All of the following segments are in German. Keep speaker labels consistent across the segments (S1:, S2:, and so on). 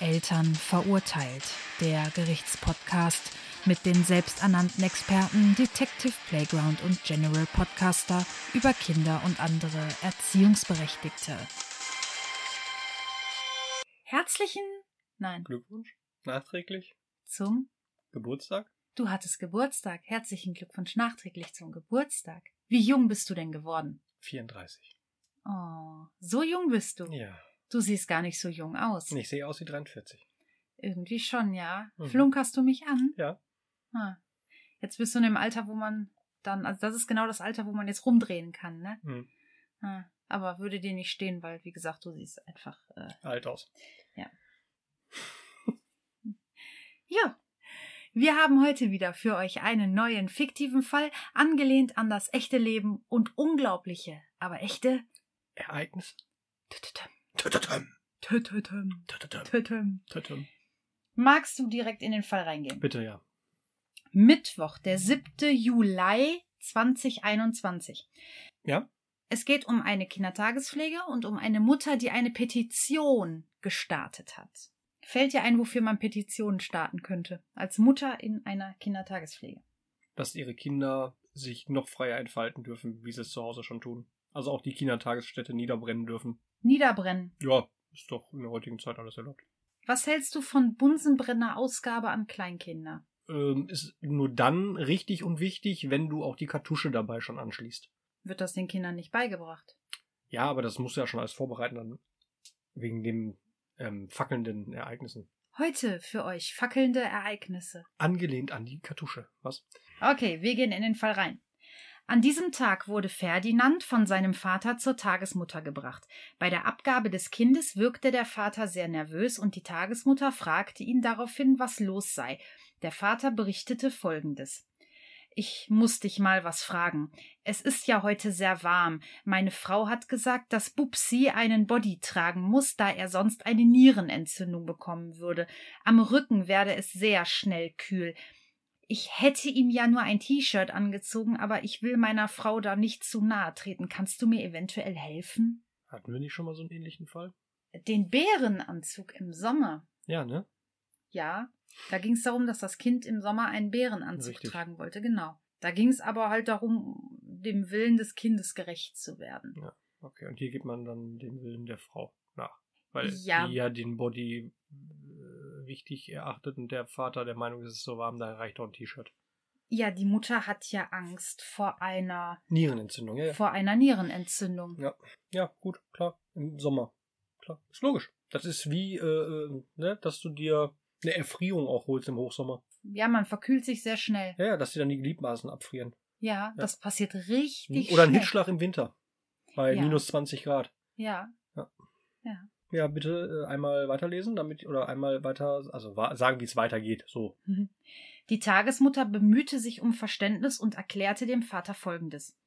S1: Eltern verurteilt. Der Gerichtspodcast mit den selbsternannten Experten Detective Playground und General Podcaster über Kinder und andere Erziehungsberechtigte. Herzlichen Nein.
S2: Glückwunsch. Nachträglich.
S1: Zum
S2: Geburtstag.
S1: Du hattest Geburtstag. Herzlichen Glückwunsch nachträglich zum Geburtstag. Wie jung bist du denn geworden?
S2: 34.
S1: Oh, so jung bist du.
S2: Ja.
S1: Du siehst gar nicht so jung aus.
S2: Ich sehe aus wie 43.
S1: Irgendwie schon, ja.
S2: Mhm.
S1: Flunkerst du mich an?
S2: Ja.
S1: Ah. Jetzt bist du in dem Alter, wo man dann, also das ist genau das Alter, wo man jetzt rumdrehen kann, ne?
S2: Hm.
S1: Ah. Aber würde dir nicht stehen, weil, wie gesagt, du siehst einfach. Äh,
S2: Alt aus.
S1: ja. Wir haben heute wieder für euch einen neuen fiktiven Fall, angelehnt an das echte Leben und unglaubliche, aber echte.
S2: Ereignis.
S1: Tütütüm,
S2: Tötötöm.
S1: tütütüm,
S2: Tötötöm.
S1: tütüm.
S2: Tötötöm.
S1: Magst du direkt in den Fall reingehen?
S2: Bitte, ja.
S1: Mittwoch, der 7. Juli 2021.
S2: Ja?
S1: Es geht um eine Kindertagespflege und um eine Mutter, die eine Petition gestartet hat. Fällt dir ein, wofür man Petitionen starten könnte? Als Mutter in einer Kindertagespflege.
S2: Dass ihre Kinder sich noch freier entfalten dürfen, wie sie es zu Hause schon tun. Also auch die Kindertagesstätte niederbrennen dürfen.
S1: Niederbrennen.
S2: Ja, ist doch in der heutigen Zeit alles erlaubt.
S1: Was hältst du von Bunsenbrenner Ausgabe an Kleinkinder?
S2: Ähm, ist nur dann richtig und wichtig, wenn du auch die Kartusche dabei schon anschließt.
S1: Wird das den Kindern nicht beigebracht?
S2: Ja, aber das musst du ja schon alles vorbereiten, dann wegen dem ähm, fackelnden Ereignissen.
S1: Heute für euch fackelnde Ereignisse.
S2: Angelehnt an die Kartusche. Was?
S1: Okay, wir gehen in den Fall rein. An diesem Tag wurde Ferdinand von seinem Vater zur Tagesmutter gebracht. Bei der Abgabe des Kindes wirkte der Vater sehr nervös und die Tagesmutter fragte ihn daraufhin, was los sei. Der Vater berichtete folgendes. Ich muss dich mal was fragen. Es ist ja heute sehr warm. Meine Frau hat gesagt, dass Bubsi einen Body tragen muss, da er sonst eine Nierenentzündung bekommen würde. Am Rücken werde es sehr schnell kühl. Ich hätte ihm ja nur ein T-Shirt angezogen, aber ich will meiner Frau da nicht zu nahe treten. Kannst du mir eventuell helfen?
S2: Hatten wir nicht schon mal so einen ähnlichen Fall?
S1: Den Bärenanzug im Sommer.
S2: Ja, ne?
S1: Ja, da ging es darum, dass das Kind im Sommer einen Bärenanzug
S2: Richtig.
S1: tragen wollte, genau. Da ging es aber halt darum, dem Willen des Kindes gerecht zu werden.
S2: Okay, und hier gibt man dann dem Willen der Frau nach. Weil
S1: Ja.
S2: die ja den Body äh, wichtig erachtet und der Vater der Meinung ist, es ist so warm, da reicht doch ein T-Shirt.
S1: Ja, die Mutter hat ja Angst vor einer,
S2: Nierenentzündung, ja, ja.
S1: vor einer Nierenentzündung.
S2: Ja, gut, klar. Im Sommer. Klar. Ist logisch. Das ist wie, äh, äh, ne, dass du dir eine Erfrierung auch holst im Hochsommer.
S1: Ja, man verkühlt sich sehr schnell.
S2: Ja, ja, dass dir dann die Gliedmaßen abfrieren.
S1: Ja, das passiert richtig
S2: Oder ein
S1: schnell.
S2: Hitzschlag im Winter. Bei
S1: Ja.
S2: minus 20 Grad.
S1: Ja,
S2: Ja, bitte äh, einmal weiterlesen, damit, oder einmal weiter, also wa- sagen, wie es weitergeht. So.
S1: Die Tagesmutter bemühte sich um Verständnis und erklärte dem Vater Folgendes.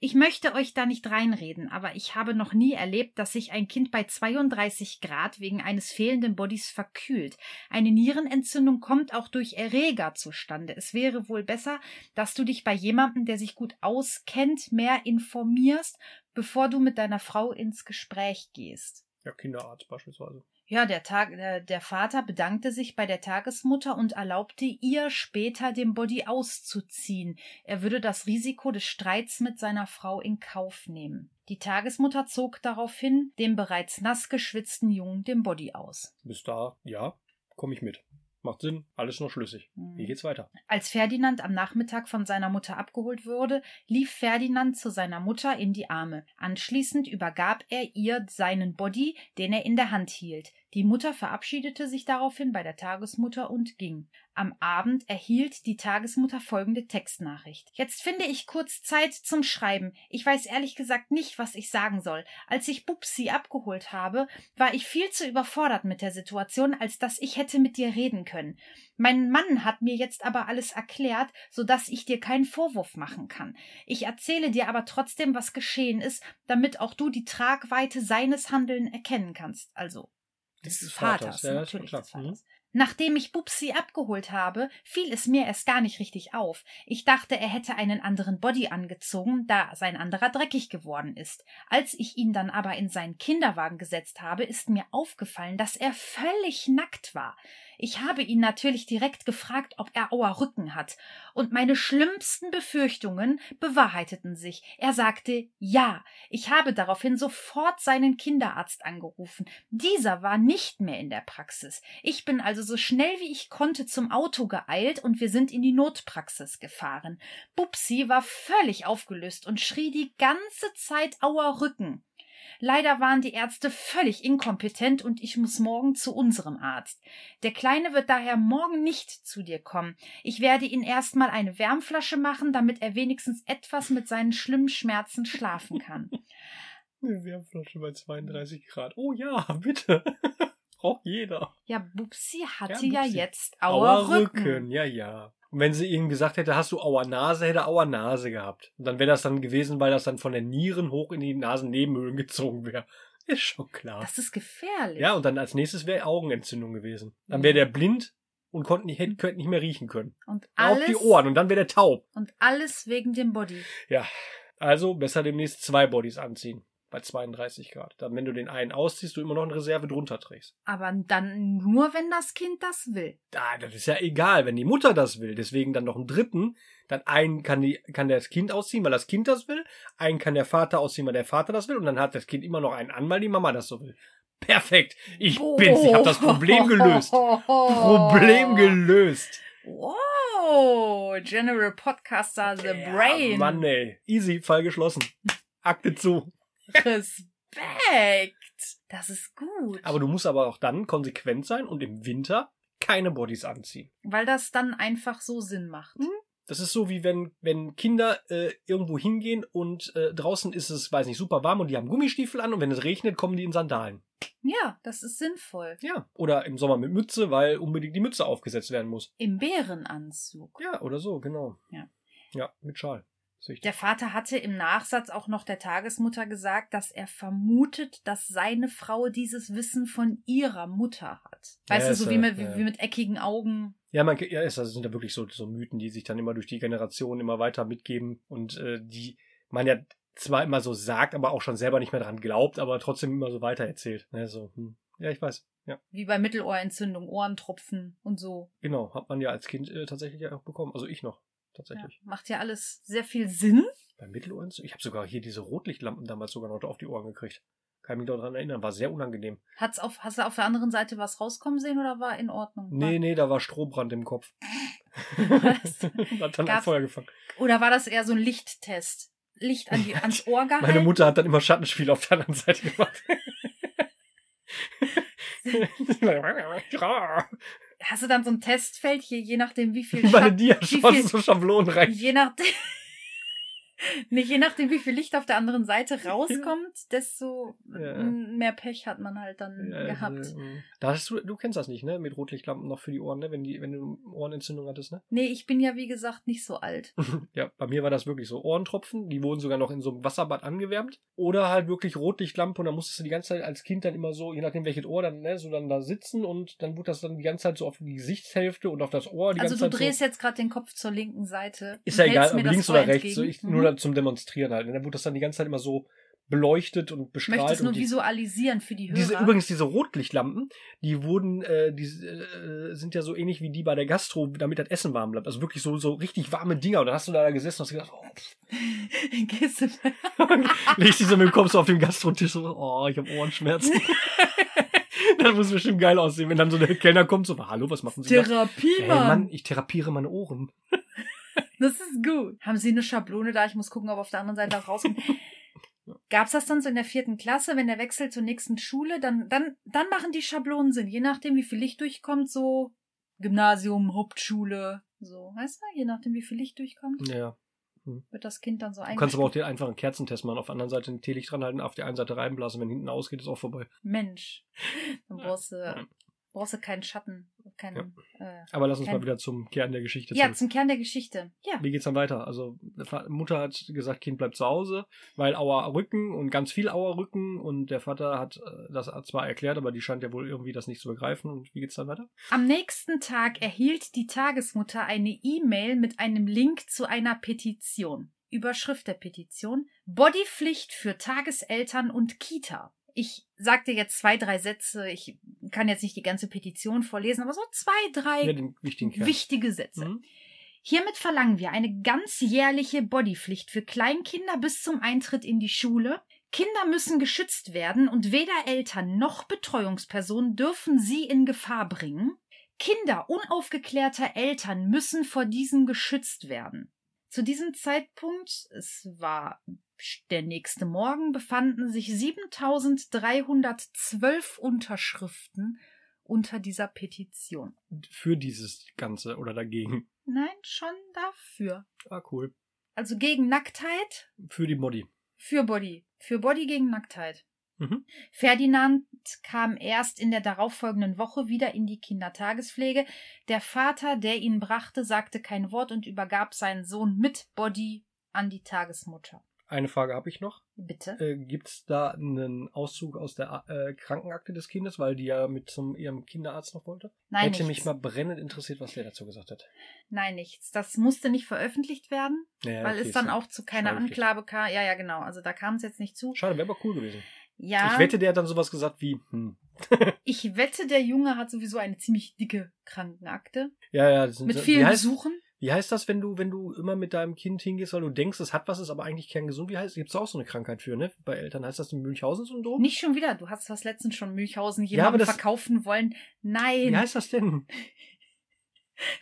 S1: Ich möchte euch da nicht reinreden, aber ich habe noch nie erlebt, dass sich ein Kind bei 32 Grad wegen eines fehlenden Bodys verkühlt. Eine Nierenentzündung kommt auch durch Erreger zustande. Es wäre wohl besser, dass du dich bei jemandem, der sich gut auskennt, mehr informierst, bevor du mit deiner Frau ins Gespräch gehst.
S2: Ja, Kinderarzt beispielsweise.
S1: Ja, der, Tag, äh, der Vater bedankte sich bei der Tagesmutter und erlaubte ihr später den Body auszuziehen. Er würde das Risiko des Streits mit seiner Frau in Kauf nehmen. Die Tagesmutter zog daraufhin dem bereits nass geschwitzten Jungen den Body aus.
S2: Bis da, ja, komme ich mit. Macht Sinn, alles noch schlüssig.
S1: Mhm.
S2: Wie geht's weiter?
S1: Als Ferdinand am Nachmittag von seiner Mutter abgeholt wurde, lief Ferdinand zu seiner Mutter in die Arme. Anschließend übergab er ihr seinen Body, den er in der Hand hielt. Die Mutter verabschiedete sich daraufhin bei der Tagesmutter und ging. Am Abend erhielt die Tagesmutter folgende Textnachricht. Jetzt finde ich kurz Zeit zum Schreiben. Ich weiß ehrlich gesagt nicht, was ich sagen soll. Als ich Bubsi abgeholt habe, war ich viel zu überfordert mit der Situation, als dass ich hätte mit dir reden können. Mein Mann hat mir jetzt aber alles erklärt, so dass ich dir keinen Vorwurf machen kann. Ich erzähle dir aber trotzdem, was geschehen ist, damit auch du die Tragweite seines Handelns erkennen kannst. Also des
S2: Des
S1: Vaters,
S2: Vaters, ja, ist
S1: natürlich
S2: klar. Mhm.
S1: des Vaters. Mhm. Nachdem ich Bubsi abgeholt habe, fiel es mir erst gar nicht richtig auf. Ich dachte, er hätte einen anderen Body angezogen, da sein anderer dreckig geworden ist. Als ich ihn dann aber in seinen Kinderwagen gesetzt habe, ist mir aufgefallen, dass er völlig nackt war. Ich habe ihn natürlich direkt gefragt, ob er Auer Rücken hat. Und meine schlimmsten Befürchtungen bewahrheiteten sich. Er sagte ja. Ich habe daraufhin sofort seinen Kinderarzt angerufen. Dieser war nicht mehr in der Praxis. Ich bin also so schnell wie ich konnte zum Auto geeilt und wir sind in die Notpraxis gefahren. Bubsi war völlig aufgelöst und schrie die ganze Zeit Auer Rücken. Leider waren die Ärzte völlig inkompetent und ich muss morgen zu unserem Arzt. Der Kleine wird daher morgen nicht zu dir kommen. Ich werde ihn erstmal eine Wärmflasche machen, damit er wenigstens etwas mit seinen schlimmen Schmerzen schlafen kann.
S2: Eine Wärmflasche bei 32 Grad. Oh ja, bitte. Braucht jeder.
S1: Ja, Bubsi hatte
S2: Ja,
S1: ja,
S2: Bubsi.
S1: jetzt Auer Rücken.
S2: ja, ja. Und wenn sie ihm gesagt hätte, hast du Auer Nase, hätte er Auer Nase gehabt. Und dann wäre das dann gewesen, weil das dann von den Nieren hoch in die Nasennebenhöhlen gezogen wäre. Ist schon klar.
S1: Das ist gefährlich.
S2: Ja, und dann als nächstes wäre Augenentzündung gewesen. Dann
S1: Mhm.
S2: wäre der blind und konnte nicht, hätte, könnte nicht mehr riechen können.
S1: und
S2: Auf
S1: alles
S2: die Ohren und dann wäre der taub.
S1: und alles wegen dem Body.
S2: Ja, also besser demnächst zwei Bodies anziehen bei 32 Grad. Dann, wenn du den einen ausziehst, du immer noch eine Reserve drunter trägst.
S1: Aber dann nur, wenn das Kind das will.
S2: Ah, das ist ja egal, wenn die Mutter das will. Deswegen dann noch einen dritten. Dann einen kann, die, kann das Kind ausziehen, weil das Kind das will. Einen kann der Vater ausziehen, weil der Vater das will. Und dann hat das Kind immer noch einen an, weil die Mama das so will. Perfekt. Ich bin's. Ich habe das Problem gelöst. Problem gelöst.
S1: Wow, General Podcaster The Brain.
S2: Ja, Mann, ey. Easy, Fall geschlossen. Akte zu.
S1: Respekt. Das ist gut.
S2: Aber du musst aber auch dann konsequent sein und im Winter keine Bodies anziehen.
S1: Weil das dann einfach so Sinn macht.
S2: Hm? Das ist so wie wenn, wenn Kinder äh, irgendwo hingehen und äh, draußen ist es, weiß nicht, super warm und die haben Gummistiefel an und wenn es regnet, kommen die in Sandalen.
S1: Ja, das ist sinnvoll.
S2: Ja. Oder im Sommer mit Mütze, weil unbedingt die Mütze aufgesetzt werden muss.
S1: Im Bärenanzug.
S2: Ja, oder so, genau.
S1: Ja.
S2: Ja, mit Schal. Ist richtig.
S1: Der Vater hatte im Nachsatz auch noch der Tagesmutter gesagt, dass er vermutet, dass seine Frau dieses Wissen von ihrer Mutter hat. Weißt
S2: Ja,
S1: du,
S2: ist
S1: so
S2: ja-
S1: wie mit,
S2: ja.
S1: wie mit eckigen Augen.
S2: Ja, man, ja, es das sind ja wirklich so, so Mythen, die sich dann immer durch die Generationen immer weiter mitgeben und äh, die man ja zwar immer so sagt, aber auch schon selber nicht mehr dran glaubt, aber trotzdem immer so weitererzählt. Ne, so, hm. Ja, ich weiß. Ja,
S1: Wie bei Mittelohrentzündung, Ohrentropfen und so.
S2: genau. Hat man ja als Kind äh, tatsächlich ja auch bekommen. Also ich noch,
S1: Ja,
S2: tatsächlich.
S1: macht ja alles sehr viel Sinn.
S2: Beim Mittelohrentzündung. Ich habe sogar hier diese Rotlichtlampen damals sogar noch auf die Ohren gekriegt. Kann mich noch dran erinnern. War sehr unangenehm.
S1: Hat's auf, hast du auf der anderen Seite was rauskommen sehen oder war in Ordnung?
S2: Nee, nee, da war Strohbrand im Kopf.
S1: Was?
S2: hat dann ein
S1: Gab's-
S2: Feuer gefangen.
S1: Oder war das eher so ein Lichttest? Licht an die, ans Ohr gehalten?
S2: Meine Mutter hat dann immer Schattenspiel auf der anderen Seite gemacht.
S1: Hast du dann so ein Testfeld hier, je nachdem wie viel
S2: Meine
S1: Schatten,
S2: Dia
S1: wie
S2: schon
S1: viel-
S2: so Schablonen rein.
S1: je nachdem nicht je nachdem wie viel Licht auf der anderen Seite rauskommt, desto
S2: Ja.
S1: m, mehr Pech hat man halt dann
S2: Ja,
S1: gehabt.
S2: also, mm. da hast du, du kennst das nicht, ne? Mit Rotlichtlampen noch für die Ohren, ne? Wenn, die, wenn du Ohrenentzündung hattest, ne?
S1: Nee, ich bin ja wie gesagt nicht so alt.
S2: Ja, bei mir war das wirklich so. Ohrentropfen, die wurden sogar noch in so einem Wasserbad angewärmt. Oder halt wirklich Rotlichtlampe und dann musstest du die ganze Zeit als Kind dann immer so, je nachdem welches Ohr dann, ne, so dann da sitzen und dann wurde das dann die ganze Zeit so auf die Gesichtshälfte und auf das Ohr die
S1: Also
S2: ganze
S1: du
S2: Zeit. so-
S1: drehst jetzt gerade den Kopf zur linken Seite.
S2: Ist ja
S1: und
S2: egal,
S1: hältst
S2: ob
S1: mir das
S2: links
S1: Ohr
S2: oder rechts, so
S1: entgegen.
S2: ich,
S1: Mhm.
S2: nur dann zum Demonstrieren halt. Und dann wurde das dann die ganze Zeit immer so beleuchtet und
S1: Ich
S2: bestrahlt.
S1: möchte es nur
S2: und die,
S1: visualisieren für die Hörer.
S2: diese, übrigens, diese Rotlichtlampen, die wurden, äh, die äh, sind ja so ähnlich wie die bei der Gastro, damit das Essen warm bleibt. Also wirklich so, so richtig warme Dinger. Und dann hast du da gesessen und hast gedacht, oh,
S1: Gehst du
S2: legst die so mit dem Kopf so auf den Gastrotisch, so, oh, ich habe Ohrenschmerzen. das muss bestimmt geil aussehen, wenn dann so der Kellner kommt, so, hallo, was machen Sie da?
S1: Therapie,
S2: Ey,
S1: Mann.
S2: Mann, ich therapiere meine Ohren.
S1: Das ist gut. Haben Sie eine Schablone da? Ich muss gucken, ob auf der anderen Seite auch rauskommt. Gab's das dann so in der vierten Klasse, wenn der Wechsel zur nächsten Schule, dann, dann, dann machen die Schablonen Sinn. Je nachdem, wie viel Licht durchkommt, so Gymnasium, Hauptschule, so, weißt du? Je nachdem, wie viel Licht durchkommt,
S2: Ja.
S1: wird das Kind dann so
S2: Hm. Du kannst aber auch
S1: eingestellt.
S2: den einfachen Kerzentest machen. Auf der anderen Seite ein Teelicht dranhalten, auf der einen Seite reinblasen. Wenn hinten ausgeht, ist auch vorbei.
S1: Mensch, dann brauchst du, brauchst du keinen Schatten. Keinen, ja. Äh,
S2: Aber lass uns
S1: Kein-
S2: mal wieder zum Kern der Geschichte
S1: ja,
S2: zurück.
S1: zum Kern der Geschichte. Ja.
S2: Wie geht's dann weiter? Also Fa- Mutter hat gesagt, Kind bleibt zu Hause, weil Auer Rücken und ganz viel Auer Rücken und der Vater hat äh, das zwar erklärt, aber die scheint ja wohl irgendwie das nicht zu begreifen. Und wie geht's dann weiter?
S1: Am nächsten Tag erhielt die Tagesmutter eine E-Mail mit einem Link zu einer Petition. Überschrift der Petition: Bodypflicht für Tageseltern und Kita. Ich sag dir jetzt zwei, drei Sätze. Ich kann jetzt nicht die ganze Petition vorlesen, aber so zwei, drei
S2: Ja, den wichtigen Kern.
S1: wichtige Sätze.
S2: Mhm.
S1: Hiermit verlangen wir eine ganzjährliche Bodypflicht für Kleinkinder bis zum Eintritt in die Schule. Kinder müssen geschützt werden und weder Eltern noch Betreuungspersonen dürfen sie in Gefahr bringen. Kinder unaufgeklärter Eltern müssen vor diesen geschützt werden. Zu diesem Zeitpunkt, es war der nächste Morgen, befanden sich 7312 Unterschriften unter dieser Petition.
S2: Für dieses Ganze oder dagegen.
S1: Nein, schon dafür.
S2: Ah, cool.
S1: Also gegen Nacktheit
S2: Für die Modi.
S1: für Body. Für Body gegen Nacktheit.
S2: Mhm.
S1: Ferdinand kam erst in der darauffolgenden Woche wieder in die Kindertagespflege. Der Vater, der ihn brachte, sagte kein Wort und übergab seinen Sohn mit Body an die Tagesmutter.
S2: Eine Frage habe ich noch.
S1: Bitte.
S2: Äh, Gibt es da einen Auszug aus der äh, Krankenakte des Kindes, weil die ja mit zum ihrem Kinderarzt noch wollte?
S1: Nein,
S2: Hätte mich
S1: nichts.
S2: mal brennend interessiert, was der dazu gesagt hat.
S1: Nein, nichts. Das musste nicht veröffentlicht werden,
S2: Naja,
S1: weil
S2: okay,
S1: es dann
S2: ist-
S1: auch zu keiner
S2: Schreiblich.
S1: Anklage kam. Ja, ja, genau. Also da kam es jetzt nicht zu.
S2: Schade, wäre aber cool gewesen.
S1: Ja,
S2: Ich wette, der hat dann sowas gesagt wie, hm.
S1: ich wette, der Junge hat sowieso eine ziemlich dicke Krankenakte.
S2: Ja, ja, das sind,
S1: Mit
S2: so-
S1: vielen
S2: wie, heißt,
S1: Besuchen.
S2: wie heißt das, wenn du, wenn du immer mit deinem Kind hingehst, weil du denkst, es hat was, ist aber eigentlich kerngesund? Wie heißt, gibt's da auch so eine Krankheit für, ne? Bei Eltern heißt das ein Münchhausen-Syndrom?
S1: Nicht schon wieder. Du hast was letztens schon Münchhausen
S2: Ja, aber
S1: jemandem
S2: das-
S1: verkaufen wollen. Nein,
S2: Wie heißt das denn?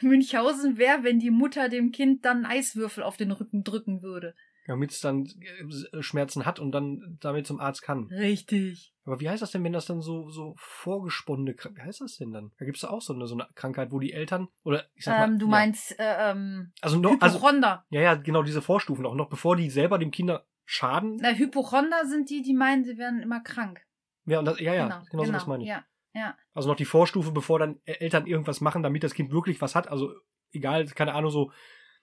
S1: Münchhausen wäre, wenn die Mutter dem Kind dann einen Eiswürfel auf den Rücken drücken würde.
S2: Damit es dann äh, Schmerzen hat und dann damit zum Arzt kann.
S1: Richtig.
S2: Aber wie heißt das denn, wenn das dann so, so vorgesponnene Krankheit, wie heißt das denn dann? Da gibt's da auch so eine, so eine Krankheit, wo die Eltern, oder ich sag mal,
S1: Ähm, du
S2: ja,
S1: meinst äh, ähm,
S2: also, noch, also,
S1: Hypochonder.
S2: ja, ja, genau diese Vorstufen auch noch, bevor die selber dem Kinder schaden.
S1: Na, Hypochonder sind die, die meinen, sie werden immer krank.
S2: Ja, und das, ja, ja, genau, so das meine ich.
S1: Ja.
S2: Also noch die Vorstufe, bevor dann Ä- Eltern irgendwas machen, damit das Kind wirklich was hat. Also egal, keine Ahnung, so.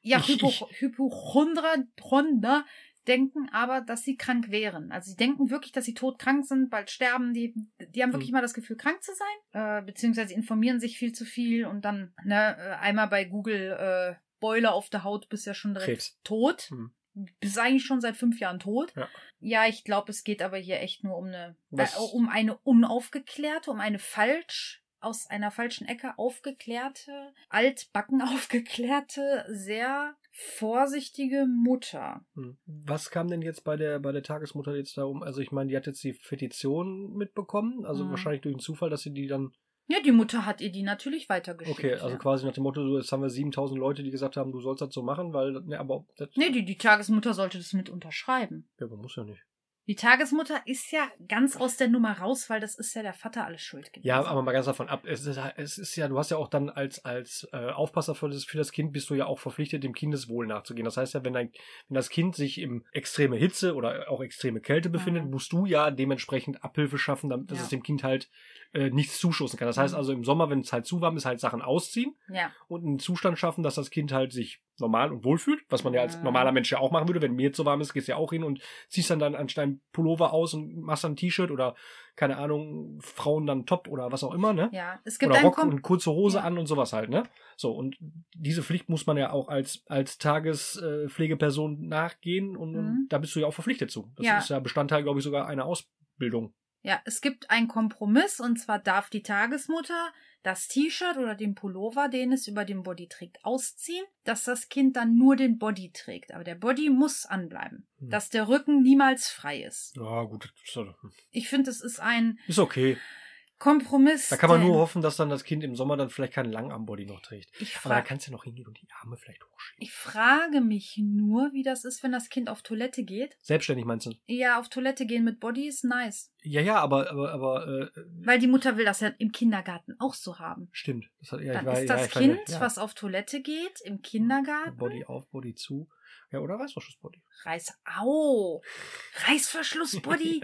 S1: Ja,
S2: Ich-
S1: Hypo, Hypochondra Honder denken aber, dass sie krank wären. Also sie denken wirklich, dass sie todkrank sind, bald sterben. Die, die haben wirklich
S2: Hm.
S1: mal das Gefühl, krank zu sein, äh, beziehungsweise informieren sich viel zu viel und dann ne, äh, einmal bei Google äh, Boiler auf der Haut bist ja schon direkt
S2: Krebs.
S1: tot.
S2: Hm.
S1: Bist eigentlich schon seit fünf Jahren tot.
S2: Ja.
S1: Ja, ich glaube, es geht aber hier echt nur um eine, äh,
S2: Was-
S1: um eine unaufgeklärte, um eine falsch aus einer falschen Ecke aufgeklärte, altbacken aufgeklärte, sehr vorsichtige Mutter.
S2: hm. Was kam denn jetzt bei der, bei der Tagesmutter jetzt darum? Also ich meine, die hat jetzt die Petition mitbekommen, also
S1: Mhm.
S2: wahrscheinlich durch den Zufall, dass sie die dann,
S1: Ja, die Mutter hat ihr die natürlich weitergeschickt.
S2: okay, also
S1: ja.
S2: quasi nach dem Motto, so, jetzt haben wir 7000 Leute, die gesagt haben, du sollst das so machen, weil, ne, aber das,
S1: Nee, die, die Tagesmutter sollte das mit unterschreiben.
S2: ja, man muss ja nicht.
S1: Die Tagesmutter ist ja ganz aus der Nummer raus, weil das ist ja der Vater alles schuld gewesen.
S2: Ja, aber mal ganz davon ab. Es ist, es ist ja, du hast ja auch dann als, als äh, Aufpasser für das, für das Kind bist du ja auch verpflichtet, dem Kindeswohl nachzugehen. Das heißt ja, wenn, dein, wenn das Kind sich im extreme Hitze oder auch extreme Kälte befindet,
S1: Mhm.
S2: musst du ja dementsprechend Abhilfe schaffen, damit dass
S1: Ja.
S2: es dem Kind halt äh, nichts zuschossen kann. Das heißt
S1: Mhm.
S2: also im Sommer, wenn es halt zu warm ist, halt Sachen ausziehen
S1: Ja.
S2: und einen Zustand schaffen, dass das Kind halt sich normal und wohl fühlt, was man ja als
S1: Mhm.
S2: normaler Mensch ja auch machen würde. Wenn mir jetzt so warm ist, gehst du ja auch hin und ziehst dann dann anstatt ein Pullover aus und machst dann ein T-Shirt oder keine Ahnung, Frauen dann Top oder was auch immer, ne?
S1: Ja, es gibt
S2: oder
S1: einen
S2: Rock
S1: Kom
S2: und kurze Hose
S1: Ja.
S2: an und sowas halt, ne? So, und diese Pflicht muss man ja auch als, als Tagespflegeperson nachgehen und,
S1: Mhm.
S2: da bist du ja auch verpflichtet zu. Das
S1: Ja.
S2: ist ja Bestandteil, glaube ich, sogar einer Ausbildung.
S1: Ja, es gibt einen Kompromiss und zwar darf die Tagesmutter das T-Shirt oder den Pullover, den es über dem Body trägt, ausziehen, dass das Kind dann nur den Body trägt. Aber der Body muss anbleiben,
S2: Hm.
S1: dass der Rücken niemals frei ist.
S2: Ja, gut, das ist-
S1: Ich finde, es ist ein
S2: ist okay.
S1: Kompromiss.
S2: Da kann man
S1: der-
S2: nur hoffen, dass dann das Kind im Sommer dann vielleicht keinen Langarmbody noch trägt.
S1: Ich,
S2: Aber da
S1: fra
S2: kannst du ja noch hingehen und die Arme vielleicht hochschieben.
S1: ich frage mich nur, wie das ist, wenn das Kind auf Toilette geht.
S2: Selbstständig meinst du?
S1: Ja, auf Toilette gehen mit Body ist nice.
S2: Ja, ja, aber, aber, aber äh,
S1: Weil die Mutter will das ja im Kindergarten auch so haben.
S2: stimmt. Das hat, ja,
S1: Dann
S2: war-
S1: ist das
S2: ja, ich war-
S1: Kind,
S2: ja.
S1: was auf Toilette geht, im Kindergarten.
S2: Body auf, Body zu. Ja, oder Reißverschlussbody.
S1: Reiß. Au! Reißverschlussbody!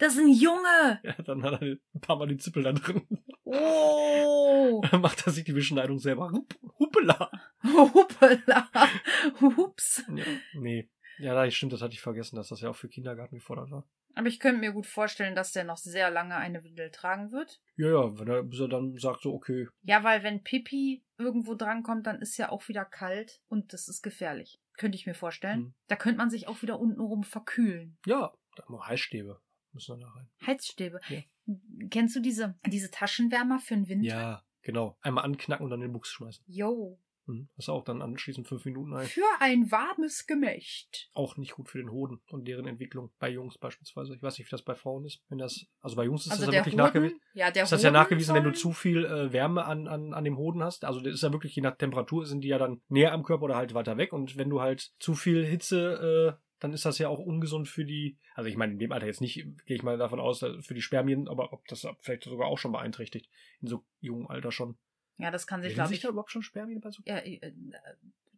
S1: Das ist ein Junge!
S2: Ja, dann hat er ein paar Mal die Zippel da drin.
S1: Oh,
S2: Dann macht er sich die Beschneidung selber. Hup, hupela.
S1: hoppala, hups.
S2: Ja, nee. Ja, nein, stimmt, das hatte ich vergessen, dass das ja auch für Kindergarten gefordert war.
S1: Aber ich könnte mir gut vorstellen, dass der noch sehr lange eine Windel tragen wird.
S2: Ja, ja, wenn er, bis er dann sagt, so, okay,
S1: Ja, weil wenn Pippi irgendwo drankommt, dann ist ja auch wieder kalt und das ist gefährlich. Könnte ich mir vorstellen.
S2: Hm.
S1: Da könnte man sich auch wieder untenrum verkühlen.
S2: ja, da haben wir Heißstäbe. Müssen wir da rein.
S1: Heizstäbe.
S2: Ja.
S1: Kennst du diese, diese Taschenwärmer für den Winter?
S2: Ja, genau. Einmal anknacken und dann in den Buchs schmeißen.
S1: Jo.
S2: Hm. Das ist auch dann anschließend fünf Minuten ein.
S1: Für ein warmes Gemächt.
S2: Auch nicht gut für den Hoden und deren Entwicklung. Bei Jungs beispielsweise. Ich weiß nicht, wie das bei Frauen ist. Wenn das, also bei Jungs ist das ja wirklich nachgewiesen.
S1: ja, der
S2: ist das ja
S1: Hoden
S2: nachgewiesen, wenn du
S1: soll-
S2: zu viel äh, Wärme an, an, an dem Hoden hast. Also das ist ja wirklich, je nach Temperatur sind die ja dann näher am Körper oder halt weiter weg. Und wenn du halt zu viel Hitze, äh, dann ist das ja auch ungesund für die, also ich meine, in dem Alter jetzt nicht, gehe ich mal davon aus, äh, für die Spermien, aber ob das vielleicht sogar auch schon beeinträchtigt, in so jungem Alter schon.
S1: Ja, das kann sich,
S2: Bilden
S1: glaube Also
S2: sich
S1: ich.
S2: da überhaupt schon Spermien bei so?
S1: Ja, äh,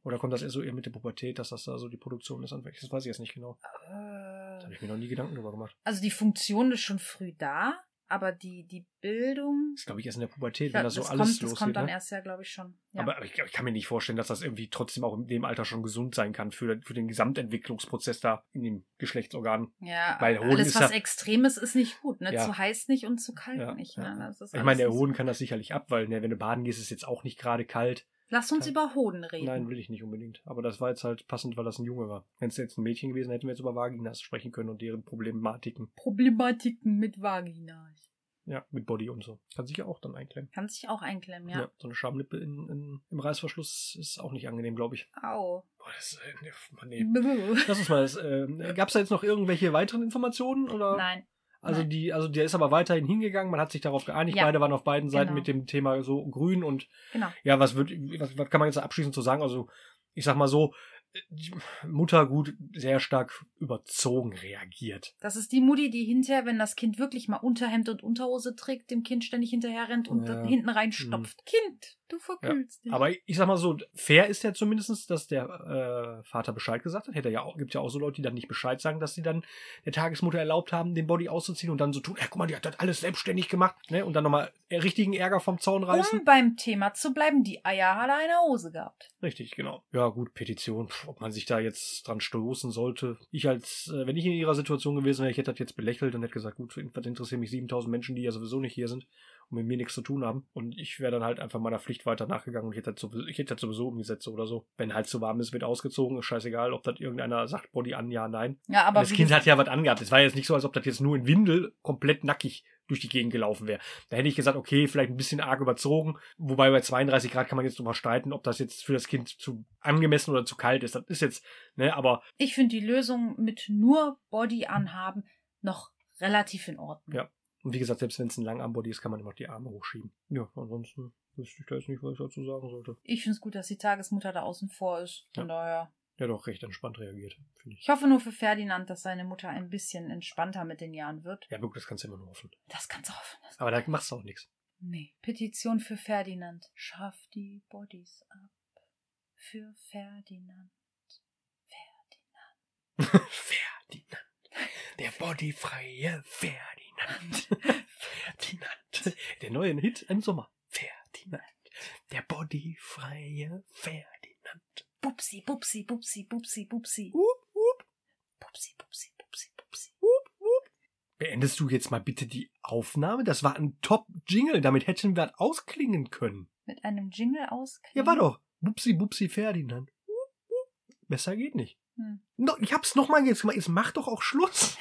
S2: Oder kommt das eher so eher mit der Pubertät, dass das da so die Produktion ist? anfängt? Das weiß ich jetzt nicht genau. Da habe
S1: äh,
S2: ich mir noch nie Gedanken drüber gemacht.
S1: also die Funktion ist schon früh da, aber die, die Bildung.
S2: Das ist, glaube ich, erst in der Pubertät,
S1: Ja,
S2: wenn das so
S1: das
S2: alles
S1: kommt, das
S2: losgeht.
S1: kommt dann
S2: ne?
S1: erst ja, glaube ich, schon. Ja.
S2: Aber ich, ich kann mir nicht vorstellen, dass das irgendwie trotzdem auch in dem Alter schon gesund sein kann für, für den Gesamtentwicklungsprozess da in dem Geschlechtsorgan.
S1: Ja,
S2: Weil Hoden
S1: alles
S2: ist
S1: was
S2: ja-
S1: Extremes ist nicht gut, ne?
S2: Ja.
S1: Zu heiß nicht und zu kalt
S2: Ja,
S1: nicht.
S2: ja.
S1: Ne? Das ist
S2: Ich meine, der
S1: alles-
S2: Hoden kann das sicherlich ab, weil ne, wenn du baden gehst, ist es jetzt auch nicht gerade kalt.
S1: Lass uns
S2: kann-
S1: über Hoden reden.
S2: Nein, will ich nicht unbedingt. Aber das war jetzt halt passend, weil das ein Junge war. Wenn es jetzt ein Mädchen gewesen, hätten wir jetzt über Vaginas sprechen können und deren Problematiken.
S1: Problematiken mit Vagina.
S2: Ja, mit Body und so. Kann sich ja auch dann einklemmen.
S1: Kann sich auch einklemmen, ja.
S2: so eine Schamlippe in, in, im Reißverschluss ist auch nicht angenehm, glaube ich.
S1: Au.
S2: Boah, das ist, äh, nee, nee.
S1: Nein.
S2: Lass uns mal. Das, äh, Gab es da jetzt noch irgendwelche weiteren Informationen? Oder? Also
S1: Nein.
S2: die, also der ist aber weiterhin hingegangen, man hat sich darauf geeinigt,
S1: Ja.
S2: beide waren auf beiden Seiten
S1: Genau.
S2: mit dem Thema so grün und
S1: Genau.
S2: ja, was wird, was, was kann man jetzt abschließend so sagen? Also, ich sag mal so, äh, die Mutter gut sehr stark überzogen reagiert.
S1: Das ist die Mutti, die hinterher, wenn das Kind wirklich mal Unterhemd und Unterhose trägt, dem Kind ständig hinterher rennt und
S2: Ja. Mhm.
S1: dann hinten reinstopft. Kind, du verkühlst dich.
S2: Aber ich sag mal so, fair ist ja zumindestens, dass der äh, Vater Bescheid gesagt hat. Hätte er ja auch, gibt ja auch so Leute, die dann nicht Bescheid sagen, dass sie dann der Tagesmutter erlaubt haben, den Body auszuziehen und dann so tun, ja, guck mal, die hat das alles selbstständig gemacht, ne? Und dann nochmal richtigen Ärger vom Zaun reißen.
S1: um beim Thema zu bleiben, die Eier hat er eine Hose gehabt.
S2: Richtig, genau. Ja, gut, Petition, pf, ob man sich da jetzt dran stoßen sollte. Ich als, äh, wenn ich in ihrer Situation gewesen wäre, ich hätte das jetzt belächelt und hätte gesagt, gut, was interessieren mich 7000 Menschen, die ja sowieso nicht hier sind und mit mir nichts zu tun haben. Und ich wäre dann halt einfach meiner Pflicht weiter nachgegangen und ich hätte das sowieso, ich hätte das sowieso umgesetzt oder so. Wenn halt zu warm ist, wird ausgezogen, ist scheißegal, ob das irgendeiner sagt, Body an, ja, nein.
S1: Ja, aber
S2: Und das
S1: wie
S2: Kind hat ja was angehabt. Es war jetzt nicht so, als ob das jetzt nur in Windel komplett nackig durch die Gegend gelaufen wäre. Da hätte ich gesagt, okay, vielleicht ein bisschen arg überzogen. Wobei bei 32 Grad kann man jetzt drüber streiten, ob das jetzt für das Kind zu angemessen oder zu kalt ist. Das ist jetzt, ne, aber
S1: Ich finde die Lösung mit nur Body anhaben noch relativ in Ordnung.
S2: Ja. und wie gesagt, selbst wenn es ein Langarmbody ist, kann man immer noch die Arme hochschieben. Ja, ansonsten wüsste ich da jetzt nicht, was ich dazu sagen sollte.
S1: Ich finde es gut, dass die Tagesmutter da außen vor ist. Von daher.
S2: Ja, doch recht entspannt reagiert, finde ich.
S1: Ich hoffe nur für Ferdinand, dass seine Mutter ein bisschen entspannter mit den Jahren wird.
S2: Ja, gut, das kannst du immer nur hoffen.
S1: Das kannst du hoffen. Das
S2: Aber da machst du auch nichts.
S1: nee. Petition für Ferdinand. Schaff die Bodies ab. Für Ferdinand. Ferdinand.
S2: Ferdinand. Der bodyfreie Ferdinand. Ferdinand. Der neue Hit im Sommer. Ferdinand. Der bodyfreie Ferdinand.
S1: Bupsi, bupsi, bupsi, bupsi, bupsi.
S2: Wup, wup.
S1: Bupsi, bupsi, bupsi, bupsi.
S2: Beendest du jetzt mal bitte die Aufnahme? Das war ein Top-Jingle. Damit hätten wir das ausklingen können.
S1: Mit einem Jingle aus.
S2: Ja, war doch. Bupsi, Bupsi, Ferdinand. Wup, wup. Besser geht nicht.
S1: Hm.
S2: No, ich hab's nochmal jetzt gemacht. Jetzt mach doch auch Schluss.